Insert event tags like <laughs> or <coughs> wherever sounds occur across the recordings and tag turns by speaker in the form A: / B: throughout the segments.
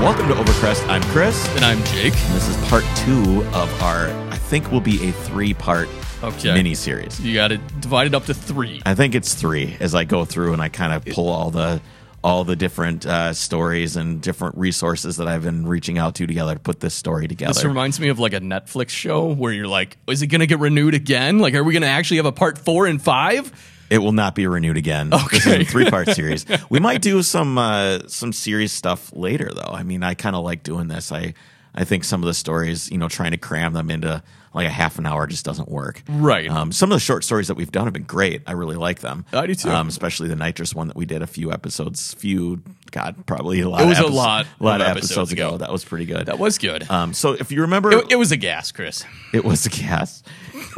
A: Welcome to Overcrest. I'm Chris.
B: And I'm Jake.
A: And this is part two of our, I think will be a three part
B: Okay.
A: mini series.
B: You got it divided up to three.
A: I think it's three as I go through and I kind of pull all the all the different uh, stories and different resources that I've been reaching out to together to put this story together.
B: This reminds me of like a Netflix show where you're like, is it going to get renewed again? Like, are we going to actually have a part four and five?
A: It will not be renewed again. This is
B: Okay.
A: a three part
B: <laughs>
A: series. We might do some uh, some series stuff later though. I mean, I kind of like doing this. I I think some of the stories, you know, trying to cram them into like a half an hour just doesn't work.
B: Right.
A: Um, some of the short stories that we've done have been great. I really like them.
B: I do, too.
A: Um, especially the nitrous one that we did a few episodes, few God, probably a lot.
B: It was
A: of
B: a
A: episo-
B: lot
A: a lot of
B: of
A: episodes,
B: episodes
A: ago.
B: ago.
A: That was pretty good.
B: That was good.
A: um, so if you remember,
B: it, it was a gas, Chris.
A: <laughs> it was a gas.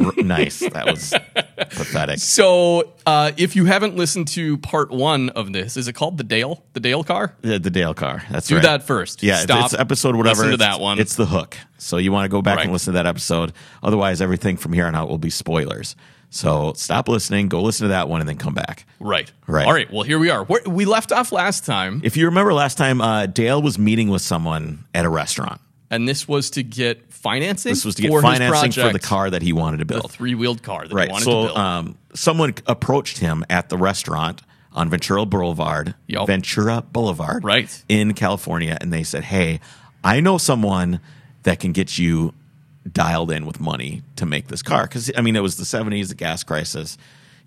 A: R- nice. That
B: <laughs>
A: was pathetic.
B: So, uh, if you haven't listened to part one of this, is it called the Dale? The Dale car?
A: The, the Dale car. That's
B: Do
A: right.
B: that first.
A: Yeah, it's-
B: Stop.
A: it's episode whatever.
B: Listen to
A: It's-
B: that one.
A: It's the hook. So you want to go back and
B: Correct.
A: listen to that episode. Otherwise, everything from here on out will be spoilers. So stop listening, go listen to that one, and then come back.
B: right.
A: Right.
B: All right. Well, here we are. Where, we left off last time,
A: If you remember last time, uh, Dale was meeting with someone at a restaurant.
B: and this was to get financing.
A: This was to get
B: for his
A: financing for the
B: project,
A: car that he wanted to
B: The
A: build.
B: three wheeled car that he
A: Right.
B: wanted to
A: So
B: build.
A: um, someone approached him at the restaurant on Ventura Boulevard,
B: Yup.
A: Ventura Boulevard,
B: Right.
A: in California, and they said, "Hey, I know someone that can get you dialed in with money to make this car." Because I mean, it was the '70s, the gas crisis.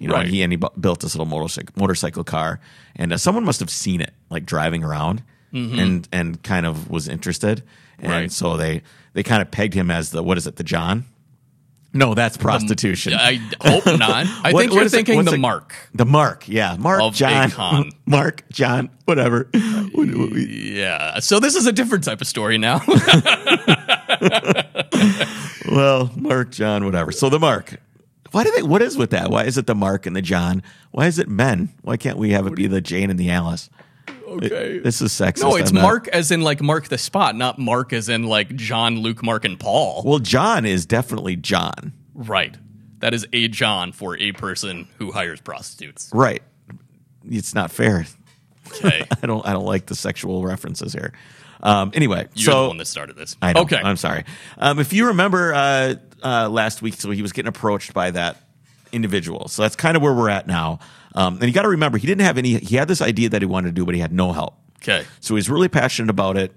A: You know,
B: Right.
A: and he and he bu- built this little motorcycle, motorcycle car, and uh, someone must have seen it like driving around, and and kind of was interested, and
B: Mm-hmm. Right.
A: so they they kind of pegged him as the what is it, the John? No, that's prostitution.
B: I hope not. I
A: What-
B: think
A: what
B: you're
A: is it-
B: thinking
A: what's
B: the
A: it-
B: mark.
A: The Mark, yeah, Mark
B: Of
A: John,
B: Akon.
A: <laughs> Mark John, whatever.
B: Yeah. So this is a different type of story now. <laughs>
A: well, Mark John, whatever. So the Mark. Why do they? What is with that? Why is it the Mark and the John? Why is it men? Why can't we have it be the Jane and the Alice?
B: okay.
A: This is sexist.
B: no, it's
A: I'm not-
B: Mark as in like Mark the spot, not Mark as in like John, Luke, Mark, and Paul.
A: Well, John is definitely John,
B: Right. That is a John for a person who hires
A: <laughs>
B: prostitutes.
A: right? It's not fair.
B: Okay.
A: I don't. I don't like the sexual references here. Um, anyway,
B: You're
A: so
B: the one that started this.
A: I know.
B: Okay.
A: I'm sorry. Um, if you remember uh, uh, last week, so he was getting approached by that individual. So that's kind of where we're at now. Um, and you got to remember, he didn't have any. He had this idea that he wanted to do, but he had no help.
B: okay.
A: So he's really passionate about it.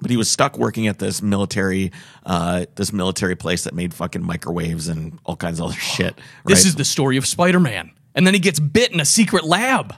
A: But he was stuck working at this military, uh, this military place that made fucking microwaves and all kinds of other shit.
B: This
A: right?
B: is the story of Spider Man. And then he gets bit in a secret lab.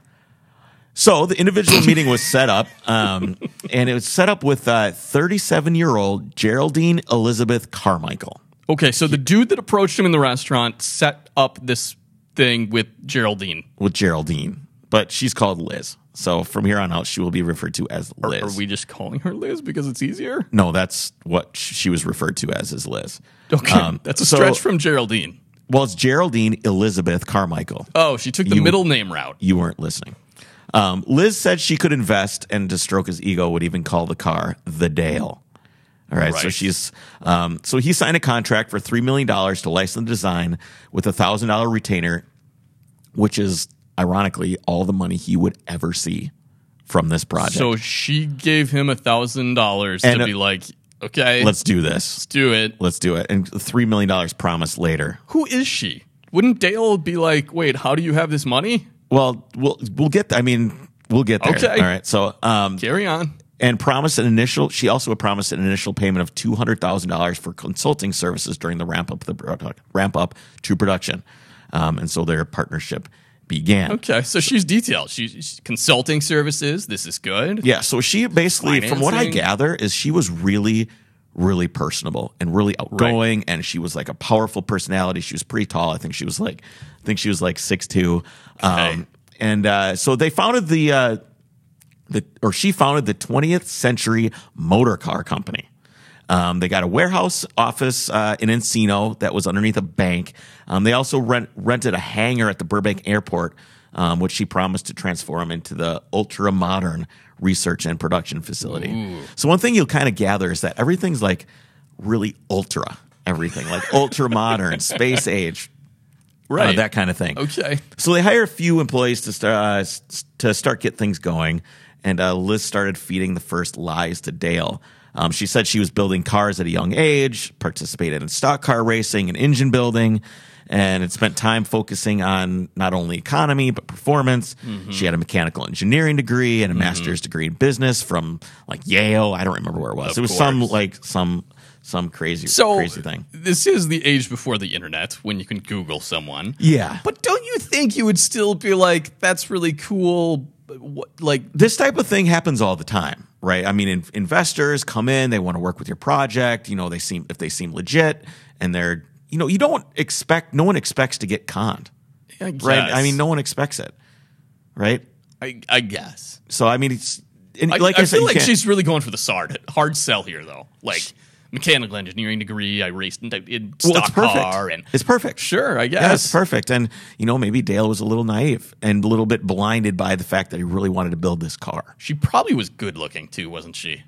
A: So the individual <coughs> meeting was set up, um, and it was set up with 37 year old Geraldine Elizabeth Carmichael.
B: Okay. So the dude that approached him in the restaurant set up this thing with Geraldine.
A: with Geraldine, but she's called Liz. So from here on out, she will be referred to as Liz.
B: Are we just calling her Liz because it's easier?
A: no, that's what sh- she was referred to as is Liz.
B: Okay.
A: Um,
B: <laughs> That's a
A: so-
B: stretch from Geraldine.
A: Well, it's Geraldine Elizabeth Carmichael.
B: Oh, she took the
A: You-
B: middle name route.
A: You weren't listening. Um, Liz said she could invest, and to stroke his ego, would even call the car the Dale. All right, so
B: Right.
A: she's um, so he signed a contract for three million dollars to license the design with a thousand dollar retainer, which is ironically all the money he would ever see from this project.
B: So she gave him a thousand dollars to
A: And, uh,
B: be like, okay, let's
A: let's do this.
B: do it.
A: Let's do it. And three million dollars promised later.
B: Who is she? Wouldn't Dale be like, wait, how do you have this money?
A: Well, we'll we'll get. I mean, we'll get there.
B: Okay.
A: All right. So, um,
B: Carry on.
A: and promised an initial. She also promised an initial payment of two hundred thousand dollars for consulting services during the ramp up the product, ramp up to production, um, and so their partnership began.
B: Okay, so she's detailed. She's, she's consulting services. This is good.
A: Yeah. So she basically, from what I
B: Financing.
A: gather, is she was really, really personable and really outgoing, and she was like a powerful personality. She was pretty tall. I think she was like, I think she was like six two.
B: Okay.
A: Um, and uh, so they founded the, uh, the or she founded the 20th Century Motor Car Company. Um, they got a warehouse office uh, in Encino that was underneath a bank. Um, they also rent, rented a hangar at the Burbank Airport, um, which she promised to transform into the ultra modern research and production facility. So, one thing you'll kind of gather is that everything's like really ultra, everything like ultra modern,
B: <laughs>
A: space age, uh,
B: Right.
A: that kind of thing.
B: Okay.
A: So they hire a few employees to start uh, s- to start get things going, and uh, Liz started feeding the first lies to Dale. Um, she said she was building cars at a young age, participated in stock car racing and engine building, and had spent time focusing on not only economy but performance.
B: Mm-hmm.
A: She had a mechanical engineering degree and a master's degree in business from like Yale. I don't remember where it was.
B: Of
A: it was some
B: course.
A: like some some crazy
B: So
A: crazy thing.
B: This is the age before the internet when you can Google someone.
A: Yeah.
B: But don't you think you would still be like, that's really cool? but What, like,
A: this type of thing happens all the time, right? I mean, in, investors come in, they want to work with your project. You know, they seem if they seem legit, and they're you know, you don't expect. No one expects to get conned,
B: I
A: right?
B: guess.
A: I mean, no one expects it, right?
B: I, I guess.
A: So I mean, it's and
B: I,
A: like I,
B: I,
A: said,
B: feel
A: you
B: like
A: can't-
B: she's really going for the hard, hard sell here, though. Like, mechanical engineering degree, I raced in, in
A: well,
B: stock
A: it's perfect.
B: car, and
A: it's perfect.
B: sure, I
A: Yeah, it's
B: guess.
A: perfect. And you know, maybe Dale was a little naive and a little bit blinded by the fact that he really wanted to build this car.
B: she probably was good looking too, wasn't she?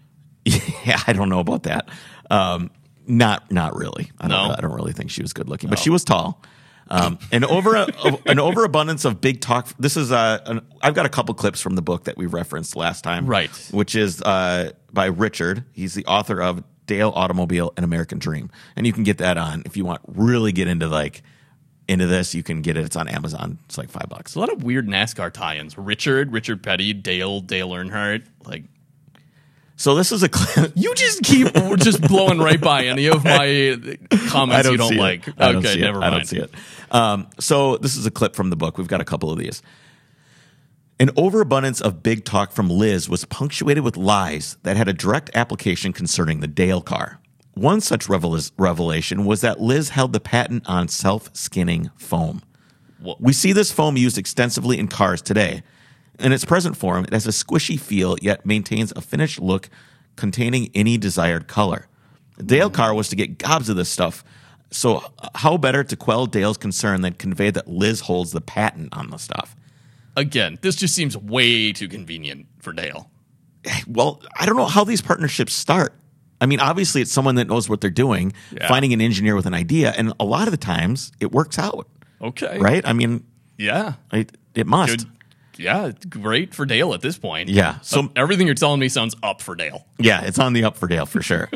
A: Yeah, I don't know about that. Um, not not really. I don't,
B: No?
A: I don't really think she was good looking, but she was tall. Um, an over an overabundance of big talk. This is uh, an, I've got a couple clips from the book that we referenced last time,
B: Right.
A: Which is uh, by Richard. He's the author of Dale Automobile and American Dream, and you can get that on if you want really get into like into this. You can get it. It's on Amazon. It's like five bucks.
B: It's a lot of weird NASCAR tie-ins. Richard, Richard Petty, Dale, Dale Earnhardt. Like
A: So this is a clip.
B: you <laughs> just keep we're just blowing right by any of my uh, comments you don't
A: see it.
B: like.
A: I don't
B: okay,
A: see it.
B: never mind.
A: I don't see it. Um, so this is a clip from the book. We've got a couple of these. An overabundance of big talk from Liz was punctuated with lies that had a direct application concerning the Dale car. One such revelis- revelation was that Liz held the patent on self skinning foam.
B: Wha-
A: We see this foam used extensively in cars today. In its present form, it has a squishy feel yet maintains a finished look containing any desired color. Dale Carr was to get gobs of this stuff. So, h- how better to quell Dale's concern than convey that Liz holds the patent on the stuff?
B: Again, this just seems way too convenient for Dale.
A: Well, I don't know how these partnerships start. I mean, obviously, it's someone that knows what they're doing,
B: Yeah.
A: finding an engineer with an idea, and a lot of the times it works out,
B: Okay.
A: right? I mean,
B: Yeah.
A: it, it must.
B: Good. Yeah, it's great for Dale at this point.
A: Yeah.
B: So
A: So-
B: everything you're telling me sounds up for Dale.
A: Yeah, it's on the up for Dale for sure.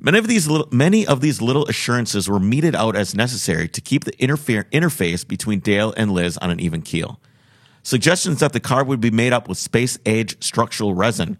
A: many of these little, many of these little assurances were meted out as necessary to keep the interfere, interface between Dale and Liz on an even keel. Suggestions that the car would be made up with space age structural resin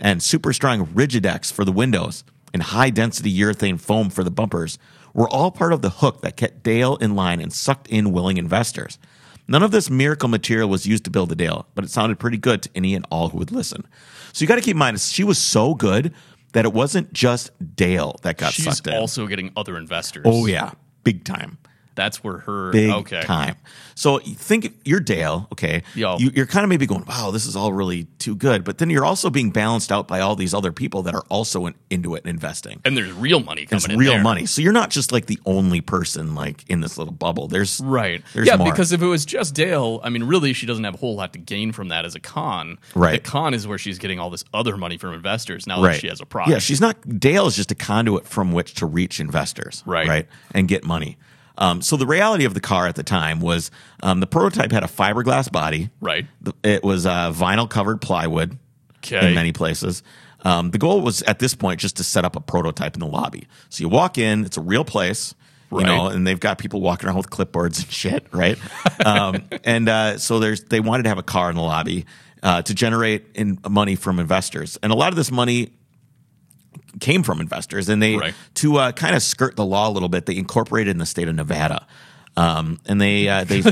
A: and super strong rigidex for the windows and high density urethane foam for the bumpers were all part of the hook that kept Dale in line and sucked in willing investors. None of this miracle material was used to build a Dale, but it sounded pretty good to any and all who would listen. So you got to keep in mind, she was so good that it wasn't just Dale that got
B: She's
A: sucked in.
B: also getting other investors.
A: oh, yeah, big time
B: That's where her
A: big
B: okay.
A: time. So you think if you're Dale, okay?
B: Yo.
A: You, you're kind of maybe going, wow, this is all really too good. But then you're also being balanced out by all these other people that are also in, into it and investing.
B: And there's real money coming
A: It's
B: in
A: real
B: there.
A: money. So you're not just like the only person like in this little bubble. There's
B: Right.
A: There's
B: yeah,
A: more.
B: because if it was just Dale, I mean, really, she doesn't have a whole lot to gain from that as a con.
A: Right.
B: The con is where she's getting all this other money from investors now that she has a product.
A: Yeah, she's not. Dale is just a conduit from which to reach investors,
B: Right.
A: Right, and get money. Um, so the reality of the car at the time was um, the prototype had a fiberglass body.
B: Right.
A: The- It was uh, vinyl covered plywood
B: Okay.
A: in many places. Um, the goal was at this point just to set up a prototype in the lobby. So you walk in, it's a real place. You
B: Right.
A: know, and they've got people walking around with clipboards and shit, right? <laughs> Um, and uh, so there's they wanted to have a car in the lobby uh, to generate in money from investors, and a lot of this money came from investors, and they
B: Right.
A: to uh, kind of skirt the law a little bit, they incorporated in the state of Nevada, um, and they uh,
B: <laughs>
A: they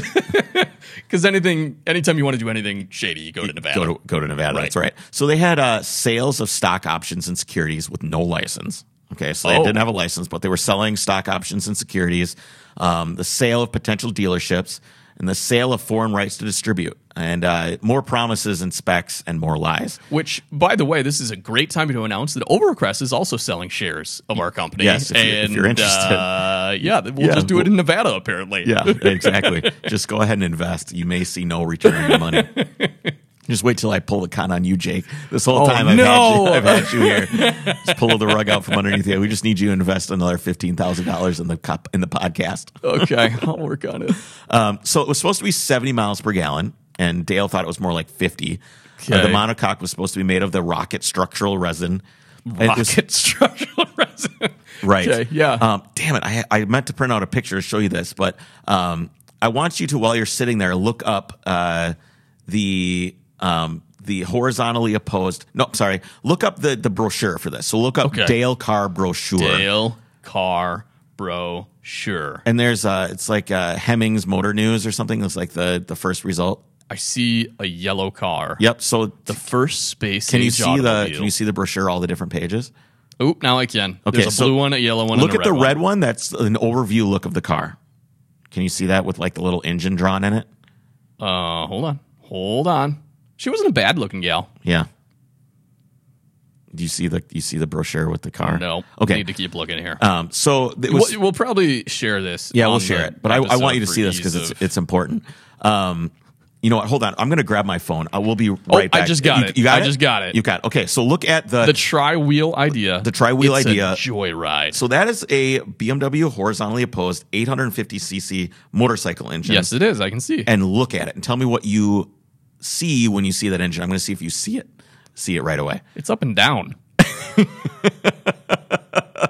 B: Because anything, anytime you want to do anything shady, you go to Nevada.
A: go to go to Nevada. That's right. So they had uh, sales of stock options and securities with no license. Okay, so they
B: Oh.
A: didn't have a license, but they were selling stock options and securities, um, the sale of potential dealerships, and the sale of foreign rights to distribute, and uh, more promises and specs and more lies.
B: Which, by the way, this is a great time to announce that Overcrest is also selling shares of our company.
A: Yes, if you- if
B: and,
A: you're interested.
B: Uh, yeah, th- we'll
A: Yeah,
B: just do it
A: we'll-
B: in Nevada, apparently.
A: Yeah, exactly. Just go ahead and invest. You may see no return on your money. Just wait till I pull the con on you, Jake. This whole
B: Oh,
A: time I've,
B: no.
A: had you, I've had you here. Just pull the rug out from underneath you. We just need you to invest another fifteen thousand dollars in the cup in the podcast.
B: okay, I'll work on it.
A: Um, so it was supposed to be 70 miles per gallon, and Dale thought it was more like 50. Uh,
B: Okay.
A: the monocoque was supposed to be made of the rocket structural resin. And it
B: Rocket
A: was-
B: structural <laughs> resin.
A: Right.
B: Okay, yeah.
A: Um, damn it. I, I meant to print out a picture to show you this, but um, I want you to, while you're sitting there, look up uh, the. Um, the horizontally opposed. No, sorry. Look up the, the brochure for this. So look up
B: Okay.
A: Dale Carr brochure.
B: Dale Carr brochure.
A: And there's uh, it's like uh, Hemmings Motor News or something. It's like the the first result.
B: I see a yellow car.
A: Yep. So
B: The first space.
A: can you
B: age
A: see the
B: automobile.
A: can you see the brochure? All the different pages.
B: Oop! Now I can.
A: Okay,
B: There's a
A: so
B: blue one, a yellow one.
A: look
B: and
A: at
B: a
A: the
B: red
A: red one. That's an overview look of the car. Can you see that with like the little engine drawn in it?
B: One. Uh, hold on, hold on. She wasn't a bad looking gal.
A: Yeah. Do you see the you see the brochure with the car?
B: No.
A: Okay.
B: Need to keep looking here.
A: um. So it was.
B: we'll, we'll probably share this.
A: yeah,
B: on
A: we'll share
B: the
A: it. But I, I want you to
B: episode
A: see
B: for
A: this because
B: ease
A: it's
B: of-
A: it's important. Um. You know what? Hold on. I'm going to grab my phone. I will be right
B: Oh, I
A: back.
B: just got
A: You-
B: it.
A: You got
B: I just got it.
A: You got. Okay. So look at
B: the tri wheel idea. The
A: tri-wheel idea.
B: joyride.
A: So that is a BMW horizontally opposed 850cc motorcycle engine.
B: yes, it is. I can see.
A: And look at it and tell me what you see when you see that engine. I'm going to see if you see it. See it right away.
B: it's up and down.
A: <laughs>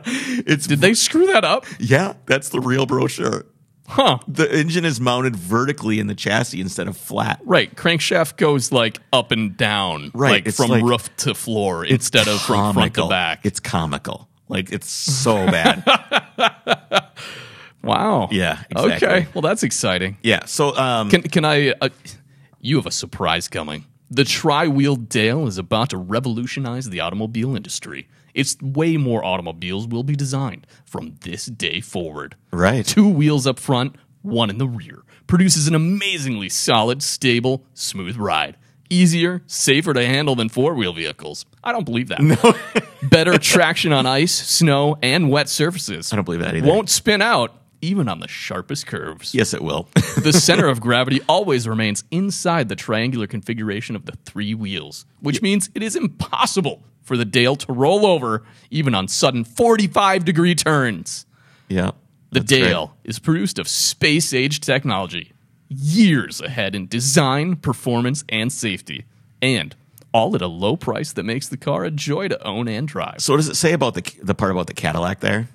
A: It's
B: Did they screw that up?
A: yeah, that's the real brochure.
B: Huh?
A: The engine is mounted vertically in the chassis instead of flat.
B: Right. Crankshaft goes like up and down.
A: Right,
B: Like
A: it's
B: from
A: like-
B: roof to floor instead of from front to
A: Comical.
B: back.
A: uh, It's comical. Like it's
B: <laughs>
A: so bad.
B: wow.
A: Yeah, exactly.
B: Okay. Well, that's exciting.
A: yeah. So um
B: Can can I? Uh, you have a surprise coming. The tri-wheel Dale is about to revolutionize the automobile industry. It's the way more automobiles will be designed from this day forward.
A: Right.
B: Two wheels up front, one in the rear. Produces an amazingly solid, stable, smooth ride. Easier, safer to handle than four-wheel vehicles. I don't believe that. No. <laughs> Better traction on ice, snow, and wet surfaces.
A: I don't believe that either.
B: Won't spin out even on the sharpest curves.
A: yes, it will. <laughs>
B: The center of gravity always remains inside the triangular configuration of the three wheels, which means it is impossible for the Dale to roll over even on sudden 45 degree turns.
A: yeah.
B: The
A: That's
B: Dale is produced of space age technology, years ahead in design, performance, and safety, and all at a low price that makes the car a joy to own and drive.
A: So what does it say about the the part about the Cadillac there?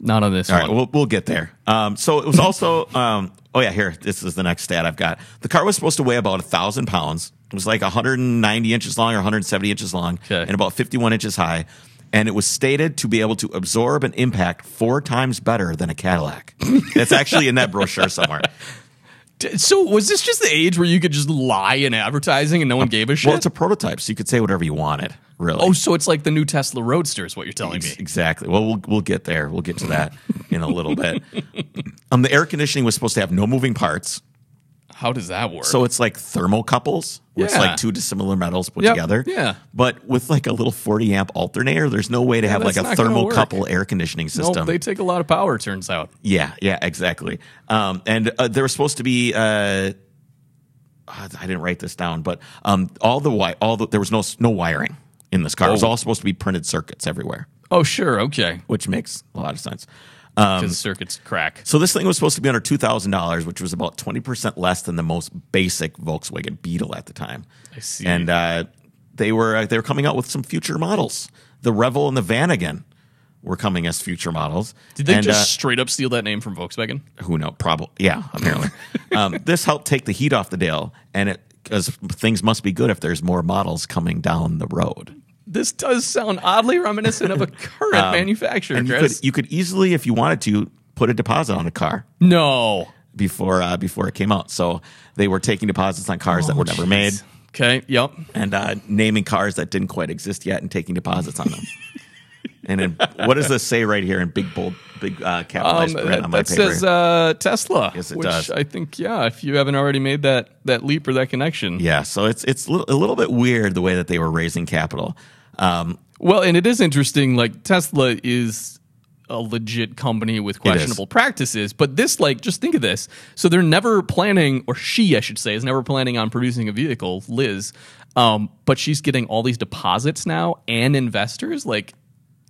B: Not on this
A: All
B: one.
A: right, we'll, we'll get there. Um, so it was also, um, oh yeah, here, this is the next stat I've got. The car was supposed to weigh about 1,000 pounds. It was like 190 inches long or 170 inches long
B: Okay.
A: and about 51 inches high. And it was stated to be able to absorb an impact four times better than a
B: <laughs>
A: Cadillac. That's actually in that brochure somewhere.
B: D- so was this just the age where you could just lie in advertising and no one gave a shit?
A: Um, Well, it's a prototype, so you could say whatever you wanted, really.
B: Oh, so it's like the new Tesla Roadster is what you're telling
A: Ex-
B: me.
A: Exactly. Well, we'll we'll get there. We'll get to that in a little
B: <laughs>
A: bit. Um, the air conditioning was supposed to have no moving parts.
B: How does that work?
A: So it's like thermocouples, where it's
B: Yeah.
A: like two dissimilar metals put
B: Yep,
A: together.
B: yeah.
A: But with like a little 40 amp alternator, there's no way to have like a
B: that's not gonna work.
A: thermocouple air conditioning
B: Nope,
A: system.
B: they take a lot of power, it turns out.
A: yeah, yeah, exactly. Um, and uh, there was supposed to be. Uh, I didn't write this down, but um, all the wi- all the, there was no s- no wiring in this car. It was all supposed to be printed circuits everywhere,
B: Oh, sure, okay.
A: which makes a lot of sense. Um,
B: Because circuits crack.
A: So this thing was supposed to be under two thousand dollars, which was about twenty percent less than the most basic Volkswagen Beetle at the time.
B: I see.
A: And uh, they were uh, they were coming out with some future models. The Revel and the Vanagon were coming as future models.
B: Did they
A: and,
B: just straight up steal that name from Volkswagen?
A: uh, who know? Probably yeah.
B: <laughs>
A: Apparently, um, this helped take the heat off the Dale, and it because things must be good if there's more models coming down the road.
B: This does sound oddly
A: <laughs>
B: reminiscent of a current manufacturer,
A: Um, And you
B: Chris.
A: could you could easily, if you wanted to, put a deposit on a car.
B: no.
A: before uh, before it came out. So they were taking deposits on cars that
B: Oh,
A: were never made
B: Okay, yep.
A: and uh, naming cars that didn't quite exist yet and taking deposits
B: <laughs>
A: on them. and then what does this say right here in big bold big uh,
B: Um,
A: capitalized print
B: that
A: on my
B: that
A: paper?
B: says uh, Tesla.
A: Yes, it
B: which
A: does.
B: I think, yeah, if you haven't already made that, that leap or that connection.
A: yeah, so it's it's li- a little bit weird the way that they were raising capital. Um,
B: Well, and it is interesting. Like Tesla is a legit company with questionable practices, but this, like, just think of this. So they're never planning, or she, I should say, is never planning on producing a vehicle, Liz. Um, but she's getting all these deposits now and investors. Like,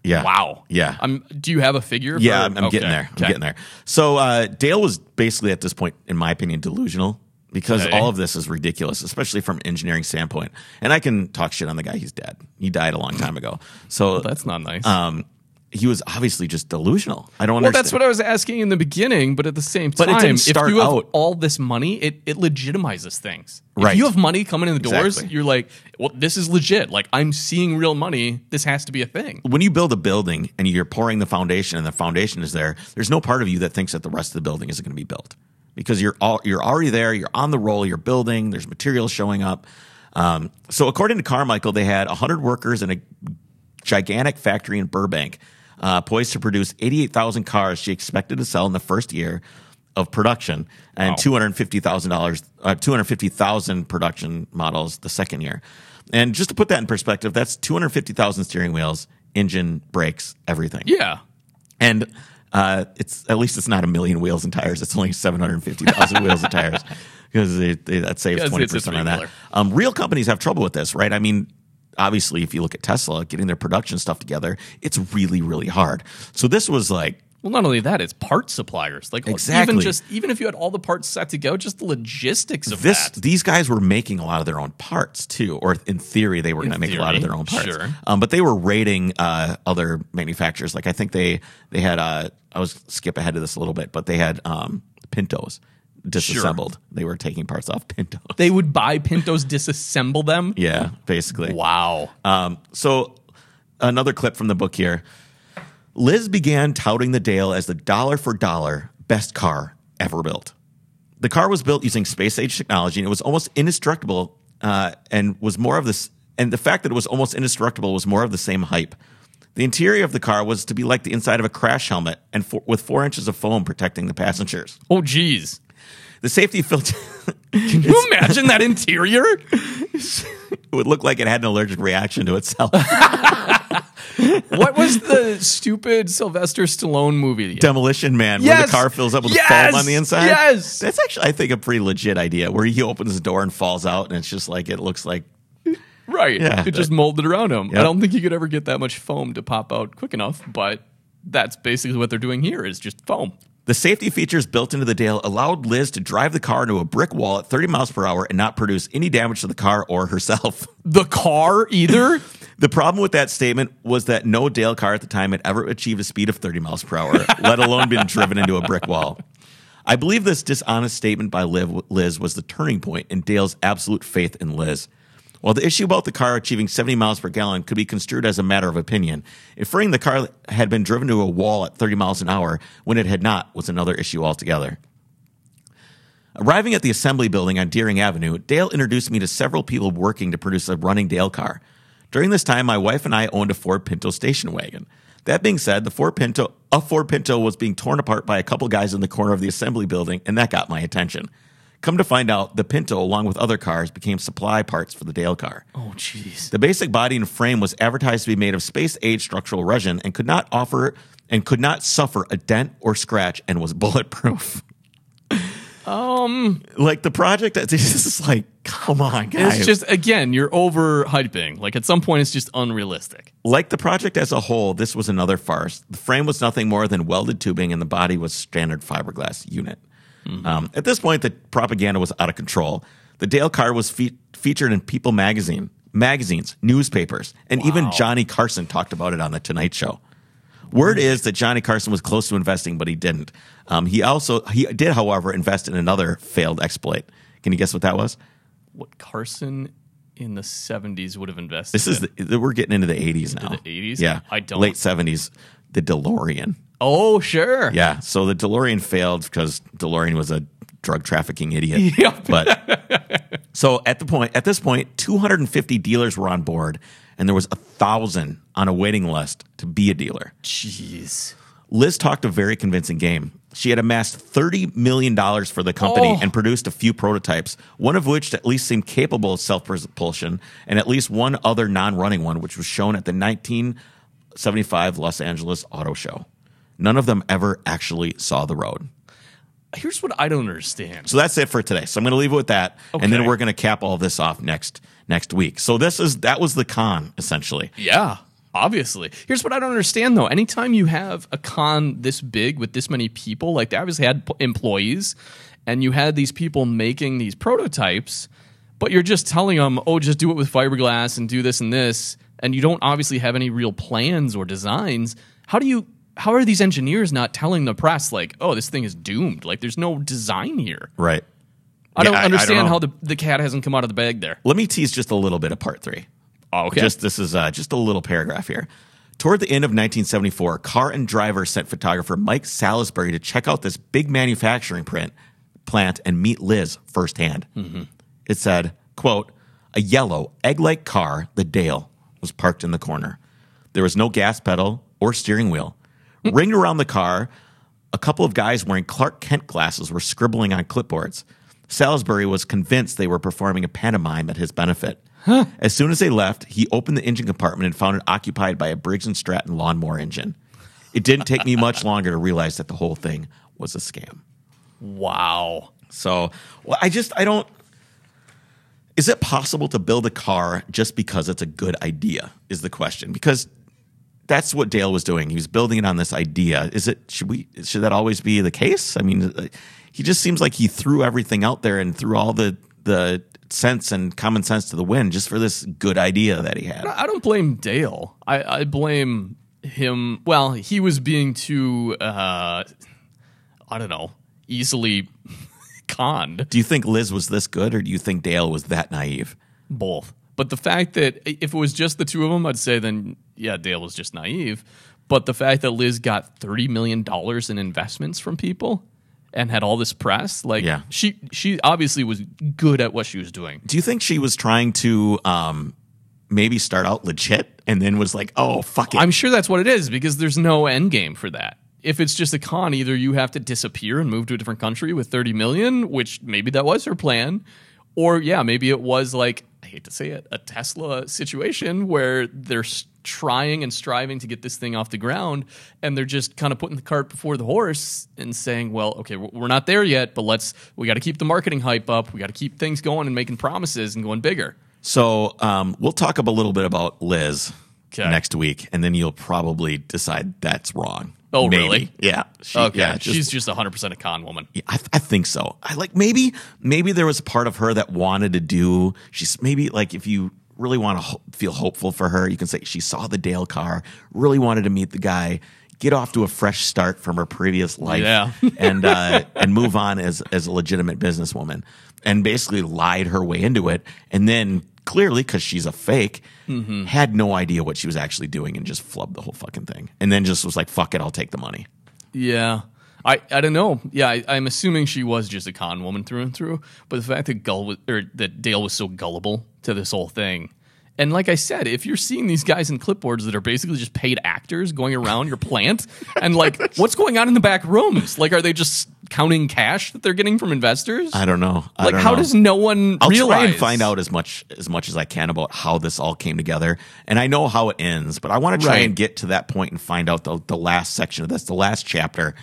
A: yeah,
B: wow.
A: yeah.
B: Um, do you have a figure?
A: yeah,
B: for-
A: I'm, I'm
B: Okay,
A: getting there. I'm
B: okay.
A: getting there. So uh, Dale was basically at this point, in my opinion, delusional. because
B: Okay.
A: all of this is ridiculous, especially from an engineering standpoint. And I can talk shit on the guy; he's dead. He died a long time ago. So
B: That's not nice.
A: um, he was obviously just delusional. I don't
B: well,
A: understand.
B: that's what I was asking in the beginning, but at the same
A: But it
B: time,
A: didn't start
B: if you have
A: out-
B: all this money, it, it legitimizes things.
A: Right.
B: If you have money coming in the doors,
A: Exactly.
B: you're like, well, this is legit. Like, I'm seeing real money. This has to be a thing.
A: when you build a building and you're pouring the foundation and the foundation is there, there's no part of you that thinks that the rest of the building isn't going to be built because you're all you're already there, you're on the roll, you're building, there's materials showing up. Um, so according to Carmichael, they had 100 workers in a gigantic factory in Burbank, uh, poised to produce 88,000 cars she expected to sell in the first year of production and
B: Wow.
A: $250,000 uh, 250,000 production models the second year. And just to put that in perspective, that's 250,000 steering wheels, engine, brakes, everything.
B: Yeah.
A: And uh, it's at least it's not a million wheels and tires. It's only seven hundred fifty thousand wheels and
B: <laughs>
A: tires because they, they, that saves
B: Yes,
A: twenty
B: it's a
A: percent on that.
B: three-wheeler.
A: Um, real companies have trouble with this, right? I mean, obviously, if you look at Tesla getting their production stuff together, it's really really hard. So this was like
B: Well, not only that, it's part suppliers. Like
A: Exactly.
B: even just even if you had all the parts set to go, just the logistics of
A: this.
B: that.
A: These guys were making a lot of their own parts too, or in theory they were going to make a lot of
B: theory,
A: their own parts.
B: sure.
A: Um, but they were raiding uh, other manufacturers. Like I think they they had. Uh, I was skip ahead of this a little bit, but they had um, Pintos disassembled. They were taking parts off Pintos. <laughs>
B: They would buy Pintos, disassemble them.
A: Yeah, basically.
B: Wow.
A: Um, so another clip from the book here. Liz began touting the Dale as the dollar for dollar best car ever built. The car was built using space age technology and it was almost indestructible uh, and was more of this and the fact that it was almost indestructible was more of the same hype. The interior of the car was to be like the inside of a crash helmet and four, with four inches of foam protecting the passengers.
B: Oh geez.
A: The safety filter <laughs>
B: Can you imagine that interior?
A: would look like it had an allergic reaction to itself.
B: What was the stupid Sylvester Stallone movie?
A: Demolition Man, where the
B: Yes!
A: car fills up with
B: Yes!
A: foam on the inside.
B: Yes!
A: that's actually, I think, a pretty legit idea. Where he opens the door and falls out, and it's just like it looks like.
B: Right.
A: Yeah,
B: it just molded around him.
A: Yep.
B: I don't think you could ever get that much foam to pop out quick enough, but that's basically what they're doing here is just foam.
A: The safety features built into the Dale allowed Liz to drive the car into a brick wall at 30 miles per hour and not produce any damage to the car or herself. <laughs>
B: The car either?
A: The problem with that statement was that no Dale car at the time had ever achieved a speed of 30 miles per hour, let alone been driven into a brick wall. I believe this dishonest statement by Liv- Liz was the turning point in Dale's absolute faith in Liz. While the issue about the car achieving 70 miles per gallon could be construed as a matter of opinion, inferring the car had been driven to a wall at 30 miles an hour when it had not was another issue altogether. Arriving at the assembly building on Deering Avenue, Dale introduced me to several people working to produce a running Dale car. During this time, my wife and I owned a Ford Pinto station wagon. That being said, the Ford Pinto, a Ford Pinto was being torn apart by a couple guys in the corner of the assembly building, and that got my attention. Come to find out, the Pinto, along with other cars, became supply parts for the Dale car.
B: Oh jeez.
A: The basic body and frame was advertised to be made of space age structural resin and could not offer and could not suffer a dent or scratch and was <laughs> bulletproof. Um, like the project, <laughs> it's just like, come on, guys.
B: It's just again, you're overhyping. Like at some point it's just unrealistic.
A: like the project as a whole, this was another farce. The frame was nothing more than welded tubing, and the body was standard fiberglass unit.
B: Mm-hmm.
A: Um, at this point, the propaganda was out of control. The Dale car was fe- featured in People magazine, magazines, newspapers, and even Johnny Carson talked about it on the Tonight Show.
B: Mm-hmm.
A: Word is that Johnny Carson was close to investing, but he didn't. Um, he also he did, however, invest in another failed exploit. Can you guess what that was?
B: What Carson in the 70s would have invested.
A: This is the, we're getting into the eighties now.
B: the 80s?
A: yeah.
B: I don't-
A: late seventies. The DeLorean.
B: Oh, sure.
A: Yeah. So the DeLorean failed because DeLorean was a drug trafficking idiot.
B: <laughs> Yep.
A: But so at the point at this point, 250 dealers were on board, and there was a thousand on a waiting list to be a dealer.
B: Jeez.
A: Liz talked a very convincing game. She had amassed $30 million for the company
B: Oh.
A: and produced a few prototypes, one of which at least seemed capable of self propulsion, and at least one other non running one, which was shown at the 1975 Los Angeles Auto Show. None of them ever actually saw the road.
B: Here's what I don't understand.
A: So that's it for today. So I'm going to leave it with that, and then
B: Okay.
A: we're going to cap all this off next next week. So this is that was the con essentially.
B: Yeah. Obviously. Here's what I don't understand though. Anytime you have a con this big with this many people, like they obviously had p- employees and you had these people making these prototypes, but you're just telling them, oh, just do it with fiberglass and do this and this. And you don't obviously have any real plans or designs. How do you, how are these engineers not telling the press, like, oh, this thing is doomed? Like, there's no design here.
A: Right.
B: I
A: Yeah,
B: don't
A: I- I don't
B: understand
A: know.
B: how the, the cat hasn't come out of the bag there.
A: Let me tease just a little bit of part three.
B: Oh, okay.
A: Just this is uh, just a little paragraph here. Toward the end of 1974, Car and Driver sent photographer Mike Salisbury to check out this big manufacturing print plant and meet Liz firsthand. It said, "quote A yellow egg-like car, the Dale, was parked in the corner. There was no gas pedal or steering wheel. <laughs> Ringed around the car, a couple of guys wearing Clark Kent glasses were scribbling on clipboards. Salisbury was convinced they were performing a pantomime at his benefit. As soon as they left, he opened the engine compartment and found it occupied by a Briggs and Stratton lawnmower engine. It didn't take me much longer to realize that the whole thing was a scam.
B: wow.
A: So, well, I just I don't. Is it possible to build a car just because it's a good idea? Is the question because that's what Dale was doing. He was building it on this idea. Is it should we should that always be the case? I mean, uh, he just seems like he threw everything out there and threw all the the sense and common sense to the wind just for this good idea that he had.
B: I don't blame Dale. I, I blame him. Well, he was being too, uh, I don't know, easily <laughs> conned.
A: Do you think Liz was this good, or do you think Dale was that naive?
B: Both. But the fact that if it was just the two of them, I'd say then, yeah, Dale was just naive. But the fact that Liz got $30 million in investments from people and had all this press, like,
A: Yeah.
B: she, she obviously was good at what she was doing.
A: Do you think she was trying to um, maybe start out legit and then was like, "Oh fuck it,
B: I'm sure that's what it is because there's no end game for that. If it's just a con, either you have to disappear and move to a different country with 30 million, which maybe that was her plan, or yeah, maybe it was like I hate to say it, a Tesla situation where they're s- trying and striving to get this thing off the ground, and they're just kind of putting the cart before the horse and saying, "Well, okay, we're we're not there yet, but let's we got to keep the marketing hype up, we got to keep things going and making promises and going bigger."
A: So um, we'll talk up a little bit about Liz
B: 'Kay.
A: next week, and then you'll probably decide that's wrong.
B: Oh, really?
A: Yeah. She-
B: Okay,
A: Oh, yeah, just-
B: she's just 100% a con woman.
A: yeah, I, I think so. I like maybe maybe there was a part of her that wanted to do. She's maybe like if you really want to ho- feel hopeful for her, you can say she saw the Dale car, really wanted to meet the guy, get off to a fresh start from her previous life,
B: Yeah.
A: <laughs> and uh, and move on as as a legitimate businesswoman, and basically lied her way into it, and then clearly because she's a fake.
B: Mm-hmm.
A: Had no idea what she was actually doing and just flubbed the whole fucking thing. And then just was like, fuck it, I'll take the money.
B: Yeah. I, I don't know. Yeah, I, I'm assuming she was just a con woman through and through. But the fact that Gull was, or that Dale was so gullible to this whole thing, and like I said, if you're seeing these guys in clipboards that are basically just paid actors going around
A: <laughs>
B: your plant, and like what's going on in the back rooms? Like, are they just counting cash that they're getting from investors?
A: I don't know. I
B: like,
A: don't
B: how
A: know.
B: does no one
A: I'll
B: realize?
A: try and find out as much as much as I can about how this all came together, and I know how it ends, but I want to try
B: Right.
A: and get to that point and find out the, the last section of this, the last chapter,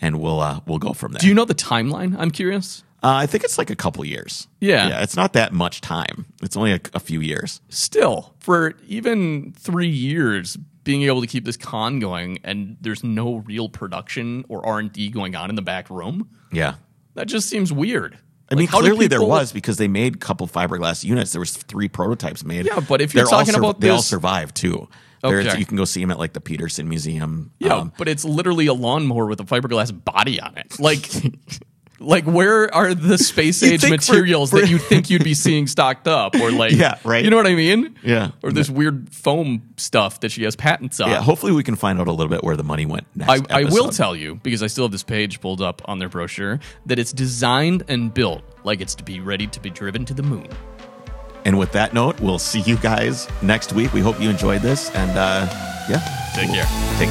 A: and we'll uh, we'll go from there.
B: Do you know the timeline? I'm curious.
A: uh, I think it's like a couple years.
B: Yeah.
A: yeah, it's not that much time. It's only a, a few years.
B: still for even three years being able to keep this con going and there's no real production or r&d going on in the back room
A: Yeah,
B: that just seems weird
A: I mean clearly there was because they made a couple fiberglass units. There was three prototypes made.
B: Yeah, but if you're
A: They're all
B: talking about
A: they all
B: this-
A: survived too. There is-
B: Okay.
A: you can go see them at like the Peterson Museum.
B: yeah
A: Um,
B: but it's literally a lawnmower with a fiberglass body on it like <laughs> like where are the space
A: You'd
B: age
A: think for-
B: materials
A: for-
B: that you think
A: <laughs>
B: you'd be seeing stocked up or like
A: Yeah, right.
B: you know what i mean
A: Yeah.
B: or this weird foam stuff that she has patents on
A: yeah, hopefully we can find out a little bit where the money went next.
B: I, I will
A: episode.
B: tell you because I still have this page pulled up on their brochure that it's designed and built like it's to be ready to be driven to the moon.
A: And with that note, we'll see you guys next week. We hope you enjoyed this. And uh, yeah,
B: Take care.
A: take